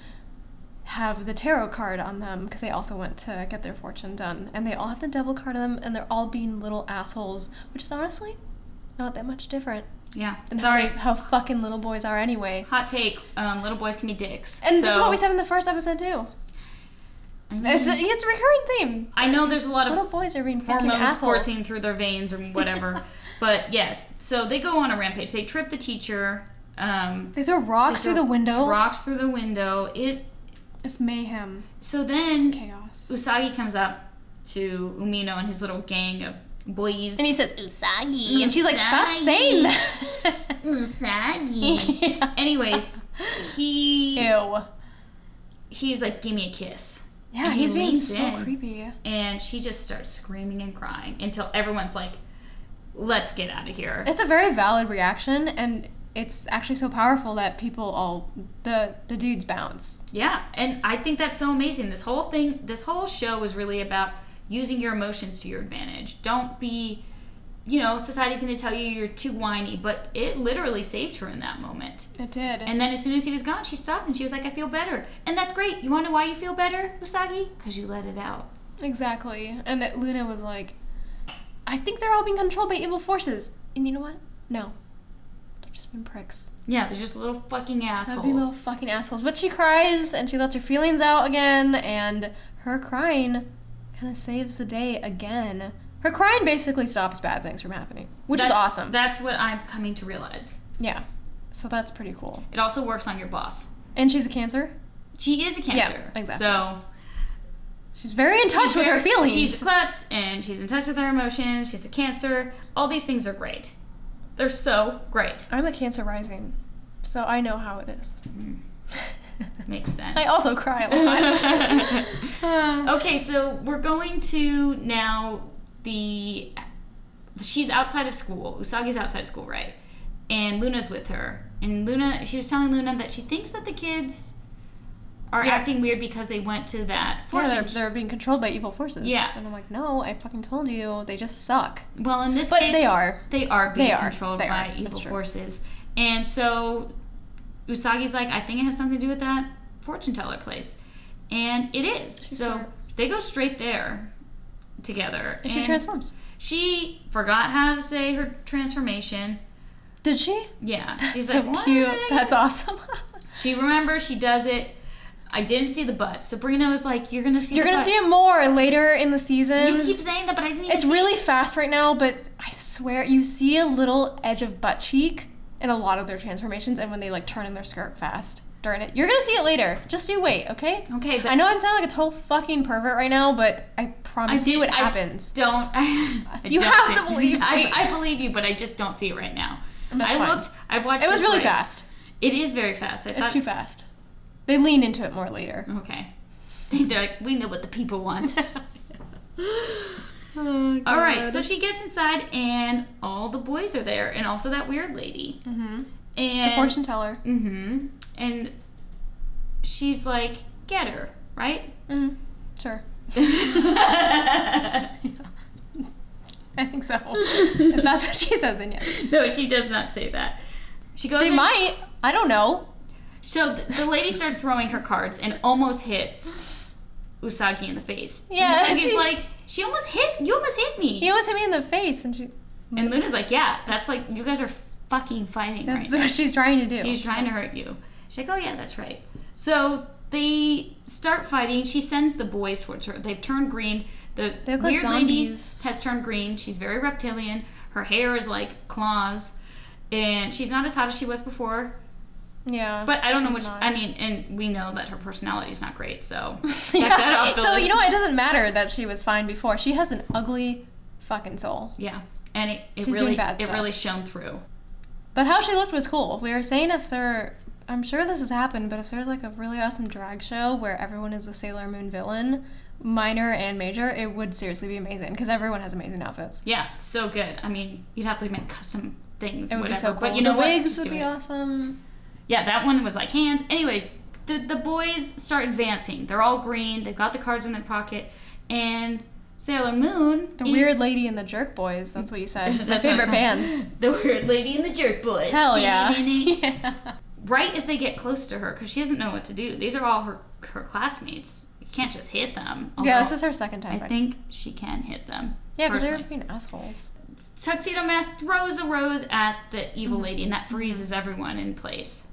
[SPEAKER 2] have the tarot card on them because they also went to get their fortune done, and they all have the devil card on them, and they're all being little assholes, which is honestly not that much different [LAUGHS]
[SPEAKER 1] Yeah,
[SPEAKER 2] than how
[SPEAKER 1] sorry.
[SPEAKER 2] they- how fucking little boys are anyway.
[SPEAKER 1] Hot take: um, Little boys can be dicks.
[SPEAKER 2] And this is
[SPEAKER 1] So- Mm-hmm.
[SPEAKER 2] what we said in the first episode too.
[SPEAKER 1] I mean,
[SPEAKER 2] It's a, it's a recurrent theme.
[SPEAKER 1] I know there's a lot
[SPEAKER 2] Little
[SPEAKER 1] of
[SPEAKER 2] boys are being fucking
[SPEAKER 1] hormones
[SPEAKER 2] assholes.
[SPEAKER 1] coursing through their veins or
[SPEAKER 2] [LAUGHS]
[SPEAKER 1] whatever, but yes. So they go on a rampage. They trip the teacher. Um,
[SPEAKER 2] They throw rocks
[SPEAKER 1] They
[SPEAKER 2] through
[SPEAKER 1] throw
[SPEAKER 2] the window.
[SPEAKER 1] Rocks through the window. It.
[SPEAKER 2] It's mayhem.
[SPEAKER 1] So
[SPEAKER 2] It's
[SPEAKER 1] then
[SPEAKER 2] chaos.
[SPEAKER 1] Usagi comes up to Umino and his little gang of boys.
[SPEAKER 2] And he says Usagi, and she's like, "Stop saying that." [LAUGHS]
[SPEAKER 1] Usagi.
[SPEAKER 2] Yeah.
[SPEAKER 1] Anyways, he
[SPEAKER 2] Ew.
[SPEAKER 1] he's like, give me a kiss.
[SPEAKER 2] Yeah,
[SPEAKER 1] And he
[SPEAKER 2] he's being
[SPEAKER 1] leans
[SPEAKER 2] so
[SPEAKER 1] in.
[SPEAKER 2] creepy.
[SPEAKER 1] And she just starts screaming and crying until everyone's like, let's get out of here.
[SPEAKER 2] It's a very valid reaction, and it's actually so powerful that people all the the dudes bounce.
[SPEAKER 1] Yeah, and I think that's so amazing. This whole thing, this whole show was really about using your emotions to your advantage. Don't be, you know, society's going to tell you you're too whiny, but it literally saved her in that moment.
[SPEAKER 2] It did.
[SPEAKER 1] And then as soon as he was gone, she stopped and she was like, I feel better. And that's great. You want to know why you feel better, Usagi? Because you let it out.
[SPEAKER 2] exactly. And that Luna was like, "I think they're all being controlled by evil forces." And you know what? No, they've just been pricks.
[SPEAKER 1] Yeah, they're just little fucking
[SPEAKER 2] That'd be little
[SPEAKER 1] assholes.
[SPEAKER 2] fucking assholes. But she cries and she lets her feelings out again, and her crying kind of saves the day again. Her crying basically stops bad things from happening, which is
[SPEAKER 1] That's-
[SPEAKER 2] awesome.
[SPEAKER 1] That's what I'm coming to realize.
[SPEAKER 2] yeah. So that's pretty cool.
[SPEAKER 1] It also works on your boss.
[SPEAKER 2] And she's a cancer.
[SPEAKER 1] She is a cancer.
[SPEAKER 2] exactly.
[SPEAKER 1] So
[SPEAKER 2] She's very in touch
[SPEAKER 1] she's
[SPEAKER 2] with her
[SPEAKER 1] very-
[SPEAKER 2] feelings.
[SPEAKER 1] She's klutz and she's in touch with her emotions. She's a cancer. All these things are great. They're so great.
[SPEAKER 2] I'm a cancer rising, so I know how it
[SPEAKER 1] [LAUGHS]
[SPEAKER 2] is.
[SPEAKER 1] Mm, Makes sense.
[SPEAKER 2] I also cry [LAUGHS]
[SPEAKER 1] [LAUGHS]
[SPEAKER 2] a lot. [LAUGHS] Uh,
[SPEAKER 1] okay, so we're going to now the. She's outside of school. Usagi's outside of school, right? And Luna's with her. And Luna, she was telling Luna that she thinks that the kids are
[SPEAKER 2] Yeah.
[SPEAKER 1] acting weird because they went to that
[SPEAKER 2] yeah,
[SPEAKER 1] fortune.
[SPEAKER 2] they're, they're being controlled by evil forces.
[SPEAKER 1] Yeah.
[SPEAKER 2] And I'm like, no, I fucking told you. They just suck.
[SPEAKER 1] well, in this
[SPEAKER 2] But
[SPEAKER 1] case,
[SPEAKER 2] they are.
[SPEAKER 1] They are being
[SPEAKER 2] They are.
[SPEAKER 1] controlled
[SPEAKER 2] They are.
[SPEAKER 1] by
[SPEAKER 2] That's
[SPEAKER 1] evil
[SPEAKER 2] true.
[SPEAKER 1] forces. And so Usagi's like, I think it has something to do with that fortune teller place. And it is. so
[SPEAKER 2] smart.
[SPEAKER 1] they go straight there together.
[SPEAKER 2] And she transforms.
[SPEAKER 1] She forgot how to say her transformation.
[SPEAKER 2] Did she?
[SPEAKER 1] Yeah. She's
[SPEAKER 2] so
[SPEAKER 1] like, "What is
[SPEAKER 2] cute.
[SPEAKER 1] it again?"
[SPEAKER 2] That's awesome. [LAUGHS]
[SPEAKER 1] She remembers, she does it. I didn't see the butt. Sabrina was like, You're gonna see
[SPEAKER 2] You're
[SPEAKER 1] the
[SPEAKER 2] gonna
[SPEAKER 1] butt."
[SPEAKER 2] see it more later in the
[SPEAKER 1] You
[SPEAKER 2] seasons.
[SPEAKER 1] keep saying that, but I didn't even
[SPEAKER 2] it's
[SPEAKER 1] see
[SPEAKER 2] really fast right now, but I swear you see a little edge of butt cheek in a lot of their transformations, and when they like turn in their skirt fast during it, you're gonna see it later. Just you wait, okay?
[SPEAKER 1] Okay, but
[SPEAKER 2] I know I'm sounding like a total fucking pervert right now, but I promise you
[SPEAKER 1] did-
[SPEAKER 2] it
[SPEAKER 1] I-
[SPEAKER 2] happens.
[SPEAKER 1] don't. [LAUGHS] I
[SPEAKER 2] [LAUGHS] You
[SPEAKER 1] don't
[SPEAKER 2] have
[SPEAKER 1] see-
[SPEAKER 2] to believe
[SPEAKER 1] I,
[SPEAKER 2] me.
[SPEAKER 1] I believe you, but I just don't see it right now.
[SPEAKER 2] That's
[SPEAKER 1] I
[SPEAKER 2] fine.
[SPEAKER 1] looked. I watched.
[SPEAKER 2] It was
[SPEAKER 1] it
[SPEAKER 2] really
[SPEAKER 1] twice.
[SPEAKER 2] fast.
[SPEAKER 1] It is very fast. I
[SPEAKER 2] It's
[SPEAKER 1] thought.
[SPEAKER 2] too fast. They lean into it more
[SPEAKER 1] [GASPS]
[SPEAKER 2] later.
[SPEAKER 1] okay. [LAUGHS] They're like, we know what the people
[SPEAKER 2] [LAUGHS]
[SPEAKER 1] want. all right. So she gets inside, and all the boys are there, and also that weird lady,
[SPEAKER 2] mm-hmm.
[SPEAKER 1] and
[SPEAKER 2] the fortune teller.
[SPEAKER 1] Mm-hmm. And she's like, get her, right?
[SPEAKER 2] [LAUGHS]
[SPEAKER 1] [LAUGHS]
[SPEAKER 2] Mm, sure. [LAUGHS] I think so. if that's what she says, then yes.
[SPEAKER 1] no, she does not say that. She goes.
[SPEAKER 2] She
[SPEAKER 1] in-
[SPEAKER 2] might. I don't know.
[SPEAKER 1] So th- the lady starts throwing her cards and almost hits Usagi in the face. And
[SPEAKER 2] Yeah,
[SPEAKER 1] Usagi's
[SPEAKER 2] she-
[SPEAKER 1] like, she almost hit you. Almost hit me.
[SPEAKER 2] He almost hit me in the face, and she.
[SPEAKER 1] And Luna's like, yeah, that's like you guys are fucking fighting right
[SPEAKER 2] That's
[SPEAKER 1] now.
[SPEAKER 2] what she's trying to do.
[SPEAKER 1] She's trying to hurt you. She's like, oh yeah, that's right. So they start fighting. She sends the boys towards her. They've turned green. The
[SPEAKER 2] They look like
[SPEAKER 1] weird lady
[SPEAKER 2] zombies.
[SPEAKER 1] has turned green. She's very reptilian. Her hair is like claws, and she's not as hot as she was before.
[SPEAKER 2] yeah.
[SPEAKER 1] But I don't know
[SPEAKER 2] she's
[SPEAKER 1] which.
[SPEAKER 2] not. [LAUGHS]
[SPEAKER 1] I mean, and we know that her personality is not great, so check
[SPEAKER 2] Yeah.
[SPEAKER 1] that off. The
[SPEAKER 2] so
[SPEAKER 1] list.
[SPEAKER 2] you know, what? it doesn't matter that she was fine before. She has an ugly fucking soul.
[SPEAKER 1] Yeah, and it, it
[SPEAKER 2] She's doing
[SPEAKER 1] really
[SPEAKER 2] bad
[SPEAKER 1] it
[SPEAKER 2] stuff.
[SPEAKER 1] really shone through.
[SPEAKER 2] But how she looked was cool. We were saying if there, I'm sure this has happened, but if there's like a really awesome drag show where everyone is a Sailor Moon villain, minor and major, it would seriously be amazing because everyone has amazing outfits.
[SPEAKER 1] Yeah, it's so good. I mean, you'd have to make custom things.
[SPEAKER 2] It would
[SPEAKER 1] whatever.
[SPEAKER 2] be so cool.
[SPEAKER 1] But you know
[SPEAKER 2] the
[SPEAKER 1] what?
[SPEAKER 2] wigs
[SPEAKER 1] Just
[SPEAKER 2] would
[SPEAKER 1] do
[SPEAKER 2] be
[SPEAKER 1] it.
[SPEAKER 2] awesome.
[SPEAKER 1] Yeah, that one was like hands. Anyways, the the boys start advancing. They're all green. They've got the cards in their pocket, and Sailor Moon.
[SPEAKER 2] The
[SPEAKER 1] is-
[SPEAKER 2] weird lady and the jerk boys. That's what you said.
[SPEAKER 1] [LAUGHS]
[SPEAKER 2] My
[SPEAKER 1] That's what I
[SPEAKER 2] favorite
[SPEAKER 1] call-
[SPEAKER 2] band.
[SPEAKER 1] [LAUGHS] The weird lady and the jerk boys.
[SPEAKER 2] Hell [LAUGHS] yeah.
[SPEAKER 1] [LAUGHS] right as they get close to her because she doesn't know what to do. These are all her her classmates. You can't just hit them.
[SPEAKER 2] Yeah, this
[SPEAKER 1] Although,
[SPEAKER 2] is her second time.
[SPEAKER 1] I
[SPEAKER 2] fighting.
[SPEAKER 1] think she can hit them.
[SPEAKER 2] Yeah, because they're
[SPEAKER 1] personally.
[SPEAKER 2] being assholes.
[SPEAKER 1] [LAUGHS]
[SPEAKER 2] [LAUGHS] Mm-hmm.
[SPEAKER 1] Tuxedo Mask throws a rose at the evil lady, and that freezes everyone in place.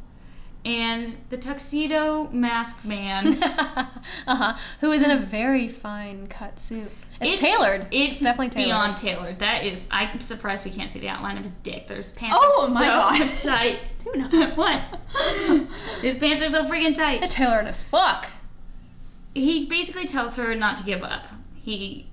[SPEAKER 1] and the tuxedo mask man.
[SPEAKER 2] uh-huh. Who is in a very fine cut suit. [LAUGHS] It's
[SPEAKER 1] It-
[SPEAKER 2] tailored. It's, definitely tailored.
[SPEAKER 1] beyond tailored. That is, I'm surprised we can't see the outline of his dick. There's pants
[SPEAKER 2] Oh,
[SPEAKER 1] are
[SPEAKER 2] my
[SPEAKER 1] so [LAUGHS]
[SPEAKER 2] God.
[SPEAKER 1] tight.
[SPEAKER 2] Do not. [LAUGHS]
[SPEAKER 1] what? his pants are so freaking tight.
[SPEAKER 2] They're tailored as fuck.
[SPEAKER 1] he basically tells her not to give up. He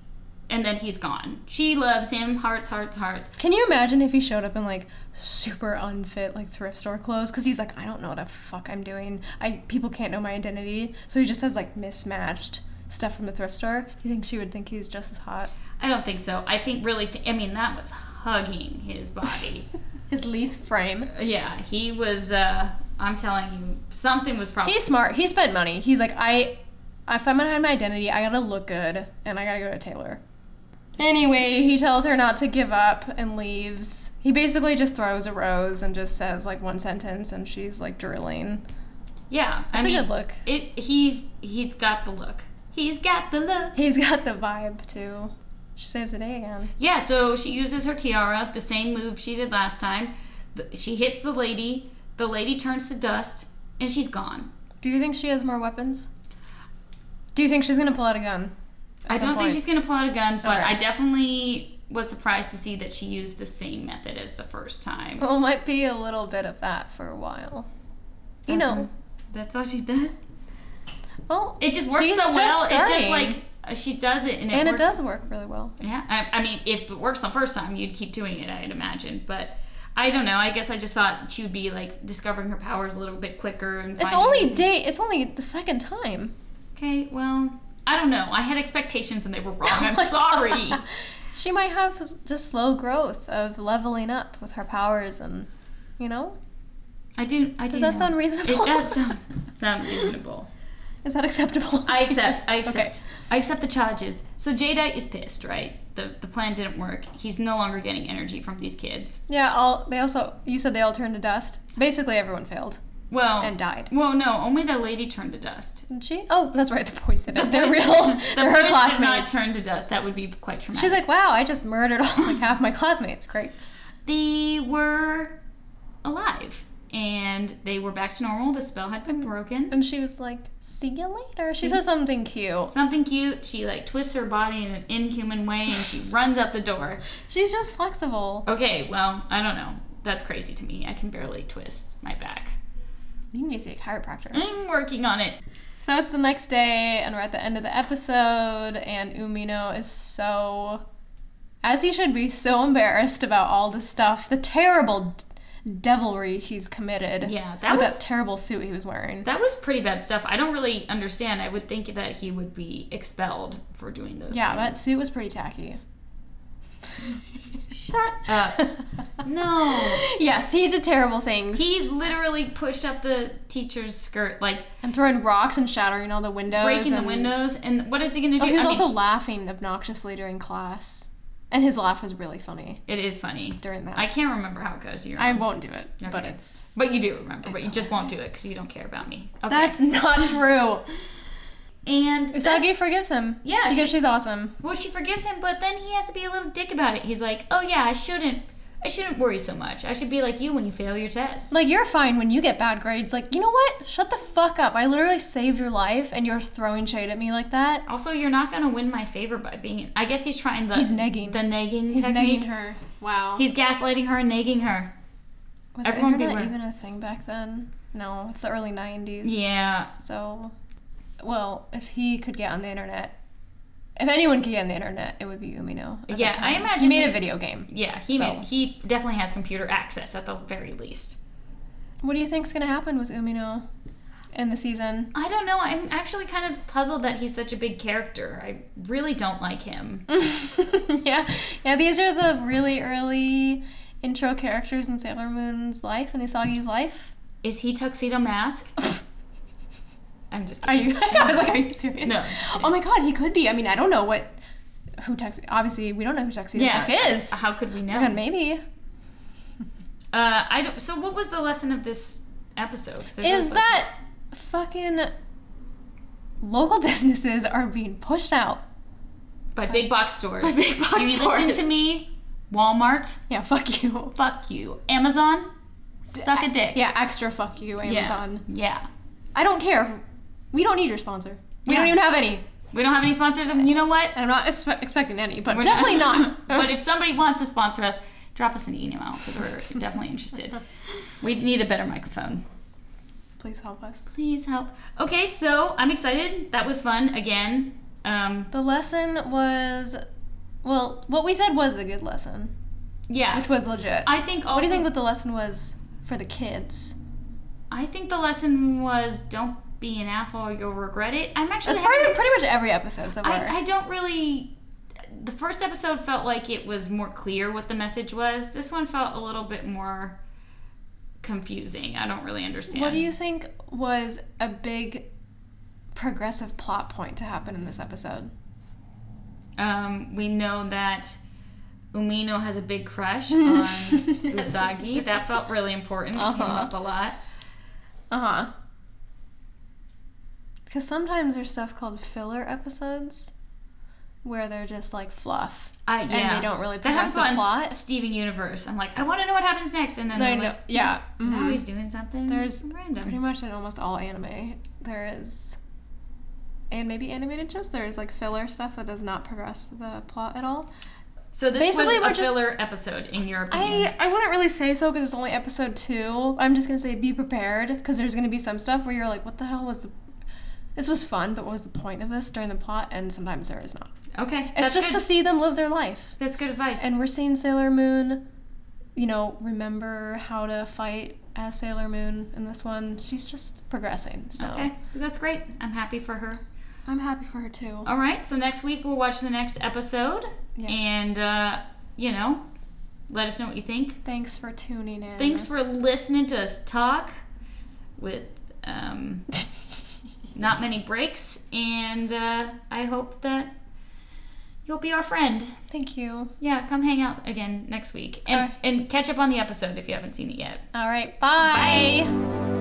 [SPEAKER 1] and then he's gone. She loves him, hearts, hearts, hearts.
[SPEAKER 2] Can you imagine if he showed up in like super unfit like thrift store clothes? Because he's like, I don't know what the fuck I'm doing. I people can't know my identity, so he just has like mismatched stuff from the thrift store. Do you think she would think he's just as hot?
[SPEAKER 1] I don't think so. I think really, th- I mean, that was hugging his
[SPEAKER 2] [LAUGHS]
[SPEAKER 1] body.
[SPEAKER 2] His Leith frame.
[SPEAKER 1] yeah, he was. uh I'm telling you, something was probably.
[SPEAKER 2] He's smart. He spent money. He's like, I, if I'm gonna hide my identity, I gotta look good, and I gotta go to Taylor. Anyway, he tells her not to give up and leaves. He basically just throws a rose and just says like one sentence, and she's like drilling.
[SPEAKER 1] yeah, I
[SPEAKER 2] It's a
[SPEAKER 1] mean,
[SPEAKER 2] good look.
[SPEAKER 1] It. He's. He's got the look. He's got the look.
[SPEAKER 2] He's got the vibe too. She saves the day again.
[SPEAKER 1] Yeah, so she uses her tiara, the same move she did last time. Th- She hits the lady. The lady turns to dust, and she's gone.
[SPEAKER 2] Do you think she has more weapons? Do you think she's gonna pull out a gun?
[SPEAKER 1] I
[SPEAKER 2] some
[SPEAKER 1] don't
[SPEAKER 2] point.
[SPEAKER 1] think she's going to pull out a gun, but
[SPEAKER 2] Okay.
[SPEAKER 1] I definitely was surprised to see that she used the same method as the first time.
[SPEAKER 2] Well, might be a little bit of that for a while. You
[SPEAKER 1] That's
[SPEAKER 2] know,
[SPEAKER 1] all- that's all she does.
[SPEAKER 2] well,
[SPEAKER 1] It just works
[SPEAKER 2] she's
[SPEAKER 1] so well. It's just
[SPEAKER 2] starting.
[SPEAKER 1] like uh, she does it, and it
[SPEAKER 2] and it
[SPEAKER 1] works.
[SPEAKER 2] does work really well.
[SPEAKER 1] Yeah, I, I mean, if it works the first time, you'd keep doing it, I'd imagine. But I don't know. I guess I just thought she would be like discovering her powers a little bit quicker. And
[SPEAKER 2] It's
[SPEAKER 1] finding
[SPEAKER 2] only
[SPEAKER 1] everything.
[SPEAKER 2] day. It's only the second time.
[SPEAKER 1] Okay, well, I don't know. I had expectations and they were
[SPEAKER 2] [LAUGHS]
[SPEAKER 1] wrong. I'm
[SPEAKER 2] Oh my
[SPEAKER 1] sorry.
[SPEAKER 2] God. [LAUGHS] She might have s- just slow growth of leveling up with her powers, and you know,
[SPEAKER 1] I do. I do.
[SPEAKER 2] does that
[SPEAKER 1] know.
[SPEAKER 2] sound reasonable?
[SPEAKER 1] It does sound, sound reasonable.
[SPEAKER 2] Is that [LAUGHS] acceptable?
[SPEAKER 1] I accept. I
[SPEAKER 2] [LAUGHS] Okay.
[SPEAKER 1] accept. I accept the charges. So Jada is pissed, right? The the plan didn't work. He's no longer getting energy from these kids.
[SPEAKER 2] Yeah. All they also you said they all turned to dust. Basically, everyone failed
[SPEAKER 1] Well,
[SPEAKER 2] and died.
[SPEAKER 1] well, no. Only the lady turned to dust.
[SPEAKER 2] Didn't she? Oh, that's right. The boys did it. They're
[SPEAKER 1] The boys-
[SPEAKER 2] real.
[SPEAKER 1] the
[SPEAKER 2] They're her
[SPEAKER 1] boys did
[SPEAKER 2] classmates.
[SPEAKER 1] Not turn to dust. That would be quite traumatic.
[SPEAKER 2] She's like, wow, I just murdered
[SPEAKER 1] [LAUGHS]
[SPEAKER 2] all like half my classmates. Great.
[SPEAKER 1] they were alive and they were back to normal. The spell had been broken.
[SPEAKER 2] And she was like, see you later. She says something cute.
[SPEAKER 1] something cute. She like twists her body in an inhuman way and
[SPEAKER 2] [LAUGHS]
[SPEAKER 1] she runs out the door.
[SPEAKER 2] She's just flexible.
[SPEAKER 1] Okay, well, I don't know. That's crazy to me. I can barely twist my back.
[SPEAKER 2] You need to see a chiropractor.
[SPEAKER 1] I'm working on it.
[SPEAKER 2] So it's the next day, and we're at the end of the episode, and Umino is so, as he should be, so embarrassed about all the stuff, the terrible d- devilry he's committed.
[SPEAKER 1] Yeah, that
[SPEAKER 2] with
[SPEAKER 1] was
[SPEAKER 2] that terrible suit he was wearing.
[SPEAKER 1] that was pretty bad stuff. I don't really understand. I would think that he would be expelled for doing those.
[SPEAKER 2] yeah, that
[SPEAKER 1] things.
[SPEAKER 2] suit was pretty tacky.
[SPEAKER 1] [LAUGHS] Shut up. no.
[SPEAKER 2] [LAUGHS] Yes, he did terrible things.
[SPEAKER 1] He literally pushed up the teacher's skirt, like
[SPEAKER 2] and throwing rocks and shattering all the windows.
[SPEAKER 1] breaking
[SPEAKER 2] and-
[SPEAKER 1] the windows. And what is he gonna do?
[SPEAKER 2] Oh, he was
[SPEAKER 1] I mean,
[SPEAKER 2] also laughing obnoxiously during class, and his laugh was really funny
[SPEAKER 1] it is funny.
[SPEAKER 2] during that.
[SPEAKER 1] I can't remember how it goes. You're
[SPEAKER 2] I won't do it, but
[SPEAKER 1] Okay.
[SPEAKER 2] it's
[SPEAKER 1] But you do remember, but
[SPEAKER 2] It's
[SPEAKER 1] you just won't do it because you don't care about me. Okay.
[SPEAKER 2] that's [LAUGHS] not true.
[SPEAKER 1] and
[SPEAKER 2] Usagi forgives him.
[SPEAKER 1] Yeah,
[SPEAKER 2] because
[SPEAKER 1] she-
[SPEAKER 2] she's awesome.
[SPEAKER 1] well, she forgives him, but then he has to be a little dick about it. He's like, "Oh yeah, I shouldn't, I shouldn't worry so much. I should be like you when you fail your test."
[SPEAKER 2] Like you're fine when you get bad grades. Like you know what? Shut the fuck up. I literally saved your life, and you're throwing shade at me like that.
[SPEAKER 1] also, you're not gonna win my favor by being. I guess he's trying the
[SPEAKER 2] He's negging.
[SPEAKER 1] the negging
[SPEAKER 2] He's
[SPEAKER 1] technique.
[SPEAKER 2] negging her. Wow.
[SPEAKER 1] He's gaslighting her and negging her.
[SPEAKER 2] Was
[SPEAKER 1] everyone
[SPEAKER 2] internet
[SPEAKER 1] beware.
[SPEAKER 2] even a thing back then? No, it's the early '90s.
[SPEAKER 1] Yeah,
[SPEAKER 2] So, well, if he could get on the internet, if anyone could get on the internet, it would be Umino. at the
[SPEAKER 1] Yeah, I
[SPEAKER 2] time.
[SPEAKER 1] imagine
[SPEAKER 2] he made a
[SPEAKER 1] he-
[SPEAKER 2] video game.
[SPEAKER 1] yeah. He
[SPEAKER 2] So-
[SPEAKER 1] did- he definitely has computer access at the very least.
[SPEAKER 2] What do you think's gonna happen with Umino in the season?
[SPEAKER 1] I don't know. I'm actually kind of puzzled that he's such a big character. I really don't like him.
[SPEAKER 2] [LAUGHS] yeah, yeah. These are the really early intro characters in Sailor Moon's life and Isagi's life. [LAUGHS]
[SPEAKER 1] Is he tuxedo mask? I'm just
[SPEAKER 2] Are
[SPEAKER 1] kidding.
[SPEAKER 2] you? [LAUGHS] I was like, are you serious?
[SPEAKER 1] No, I'm just
[SPEAKER 2] Oh my god, he could be. I mean, I don't know what who Tex. Obviously, we don't know who Tuxedo
[SPEAKER 1] Yeah. Uh,
[SPEAKER 2] Mask
[SPEAKER 1] [LAUGHS]
[SPEAKER 2] is.
[SPEAKER 1] How could we know?
[SPEAKER 2] And maybe
[SPEAKER 1] Uh, I don't. So, what was the lesson of this episode? 'Cause there's
[SPEAKER 2] is
[SPEAKER 1] no lesson.
[SPEAKER 2] that fucking local [LAUGHS] businesses are being pushed out.
[SPEAKER 1] by big box stores?
[SPEAKER 2] By big box
[SPEAKER 1] you
[SPEAKER 2] stores.
[SPEAKER 1] listen to me, Walmart.
[SPEAKER 2] Yeah, fuck you.
[SPEAKER 1] Fuck you, Amazon. [LAUGHS] Suck a dick.
[SPEAKER 2] Yeah, extra fuck you, Amazon.
[SPEAKER 1] Yeah.
[SPEAKER 2] I don't care. if- We don't need your sponsor. We don't
[SPEAKER 1] Yeah.
[SPEAKER 2] even have any.
[SPEAKER 1] We don't have any sponsors, and you know what?
[SPEAKER 2] And I'm not expe- expecting any, but
[SPEAKER 1] We're
[SPEAKER 2] definitely [LAUGHS]
[SPEAKER 1] [LAUGHS]
[SPEAKER 2] not.
[SPEAKER 1] but if somebody wants to sponsor us, drop us an email because we're definitely interested. We need a better microphone.
[SPEAKER 2] Please help us.
[SPEAKER 1] Please help. Okay, so I'm excited. That was fun again. Um,
[SPEAKER 2] The lesson was, well, what we said was a good lesson,
[SPEAKER 1] yeah,
[SPEAKER 2] which was legit.
[SPEAKER 1] I think. Also,
[SPEAKER 2] what do you think what the lesson was for the kids?
[SPEAKER 1] I think the lesson was don't be an asshole. You'll regret it. I'm actually.
[SPEAKER 2] That's
[SPEAKER 1] having-
[SPEAKER 2] pretty, pretty much every episode so far.
[SPEAKER 1] I, I don't really. The first episode felt like it was more clear what the message was. This one felt a little bit more confusing. I don't really understand.
[SPEAKER 2] What do you think was a big progressive plot point to happen in this episode?
[SPEAKER 1] Um, we know that Umino has a big
[SPEAKER 2] [LAUGHS]
[SPEAKER 1] crush on Usagi. That felt really important. It
[SPEAKER 2] Uh-huh.
[SPEAKER 1] came up a lot.
[SPEAKER 2] Uh huh. Because sometimes there's stuff called filler episodes where they're just like fluff.
[SPEAKER 1] I,
[SPEAKER 2] And
[SPEAKER 1] yeah.
[SPEAKER 2] they don't really
[SPEAKER 1] That happens
[SPEAKER 2] progress
[SPEAKER 1] a lot
[SPEAKER 2] the
[SPEAKER 1] in
[SPEAKER 2] plot.
[SPEAKER 1] S- Steven Universe. I'm like, I want to know what happens next, and then
[SPEAKER 2] They
[SPEAKER 1] I'm
[SPEAKER 2] know-
[SPEAKER 1] like, "Hmm,
[SPEAKER 2] yeah.
[SPEAKER 1] now
[SPEAKER 2] mhm.
[SPEAKER 1] he's doing something.
[SPEAKER 2] There's
[SPEAKER 1] random.
[SPEAKER 2] Pretty much in almost all anime, there is. And maybe animated shows, there is like filler stuff that does not progress the plot at all.
[SPEAKER 1] so this
[SPEAKER 2] basically
[SPEAKER 1] was
[SPEAKER 2] we're
[SPEAKER 1] a
[SPEAKER 2] just-
[SPEAKER 1] filler episode, in your opinion.
[SPEAKER 2] I, I wouldn't really say so because it's only episode two. I'm just gonna say be prepared because there's gonna be some stuff where you're like, what the hell was the. This was fun, but what was the point of this during the plot? And sometimes there is not.
[SPEAKER 1] okay,
[SPEAKER 2] It's
[SPEAKER 1] that's
[SPEAKER 2] just
[SPEAKER 1] good.
[SPEAKER 2] to see them live their life.
[SPEAKER 1] that's good advice.
[SPEAKER 2] And we're seeing Sailor Moon, you know, remember how to fight as Sailor Moon in this one. She's just progressing. So
[SPEAKER 1] okay, that's great. I'm happy for her.
[SPEAKER 2] I'm happy for her too.
[SPEAKER 1] All right, so next week we'll watch the next episode,
[SPEAKER 2] Yes.
[SPEAKER 1] and uh, you know, let us know what you think.
[SPEAKER 2] Thanks for tuning in.
[SPEAKER 1] Thanks for listening to us talk with um, not many breaks, and uh, I hope that you'll be our friend.
[SPEAKER 2] [LAUGHS] Thank you.
[SPEAKER 1] Yeah, come hang out again next week and,
[SPEAKER 2] Alright.
[SPEAKER 1] and catch up on the episode if you haven't seen it yet.
[SPEAKER 2] All right. bye.